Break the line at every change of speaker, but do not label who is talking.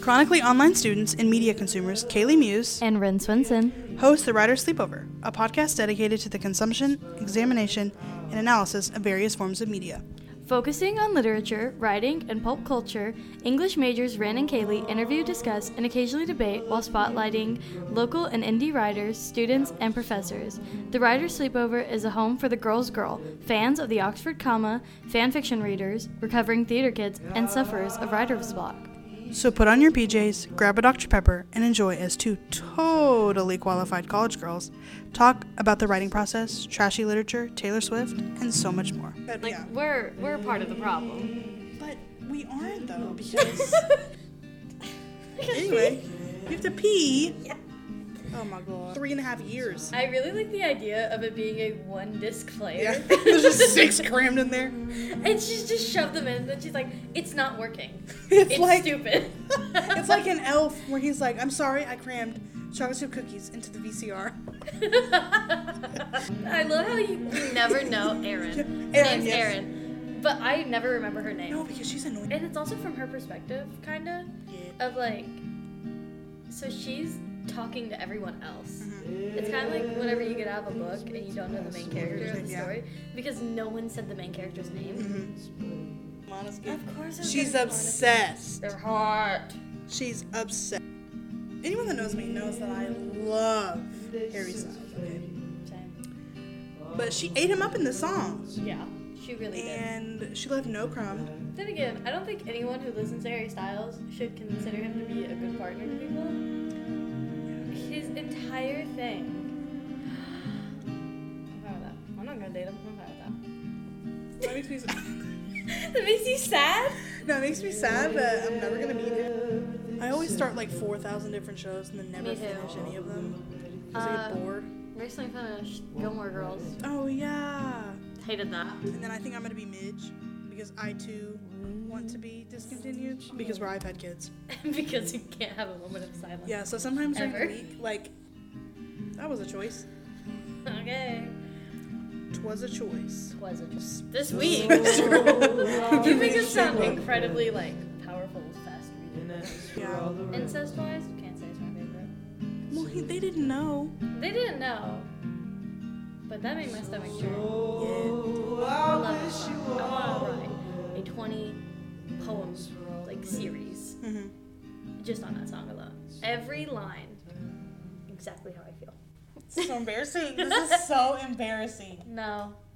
Chronically online students and media consumers Kaylee Muse
and Ren Swinson.
hosts The Writer's Sleepover, a podcast dedicated to the consumption, examination, and analysis of various forms of media.
Focusing on literature, writing, and pulp culture, English majors Ren and Kaylee interview, discuss, and occasionally debate while spotlighting local and indie writers, students, and professors. The Writer's Sleepover is a home for the Girls Girl, fans of the Oxford comma, fan fiction readers, recovering theater kids, and sufferers of writer's block.
So put on your PJs, grab a Dr. Pepper, and enjoy as two totally qualified college girls talk about the writing process, trashy literature, Taylor Swift, and so much more. But,
Like we're we're part of the problem.
but we aren't though, because. anyway, you have to pee. Oh my god. Three and a half years.
I really like the idea of it being a one disc
Yeah.
player.
There's just six crammed in there.
and she just shoved them in, and then she's like, "It's not working. It's,
like-
stupid."
It's like an elf where he's like, I'm sorry, I crammed chocolate chip cookies into the VCR.
I love how you, you never know Erin.
Yeah,
Her name's
yes.
Erin, but I never remember her name.
No, because she's annoying.
And it's also from her perspective, kinda, of like, so she's talking to everyone else.
Mm-hmm.
It's kind of like whenever you get out of a book and you don't know the main character of the
Yeah. Mm-hmm.
story because no one said the main character's name. Of course, I was
She's
gonna-
obsessed.
They're hot.
She's obsessed. Anyone that knows me knows that I love Harry Styles. Okay?
Same.
But she ate him up in the song,
Yeah, she really did.
and she left no crumb.
Then again, I don't think anyone who listens to Harry Styles should consider him to be a good partner to people. His entire thing. I'm fine with that. I'm not gonna date him. I'm fine
That makes me.
with that. that makes you sad.
No, it makes me sad, but I'm never gonna meet him. I always start like 4,000 different shows and then never
Me too.
finish any of them. Because I
Uh,
get bored.
Recently finished Gilmore Girls.
Oh, yeah.
Hated that.
And then I think I'm gonna be Midge because I too want to be discontinued because where I've had kids.
because you can't have a moment of silence.
Yeah, so sometimes during the
Ever.
week, like, that was a choice.
Okay.
Twas a choice.
Was it just this week? you make us sound incredibly like powerful, fast reading.
Yeah.
Incest wise, can't say it's my favorite.
Well, he, they didn't know.
They didn't know. But that made my stomach churn. I
Wow.
love this song. I want to write a 20 poem like series
Mhm.
just on that song alone. Every line, exactly how I feel.
It's so embarrassing. This is so embarrassing.
No,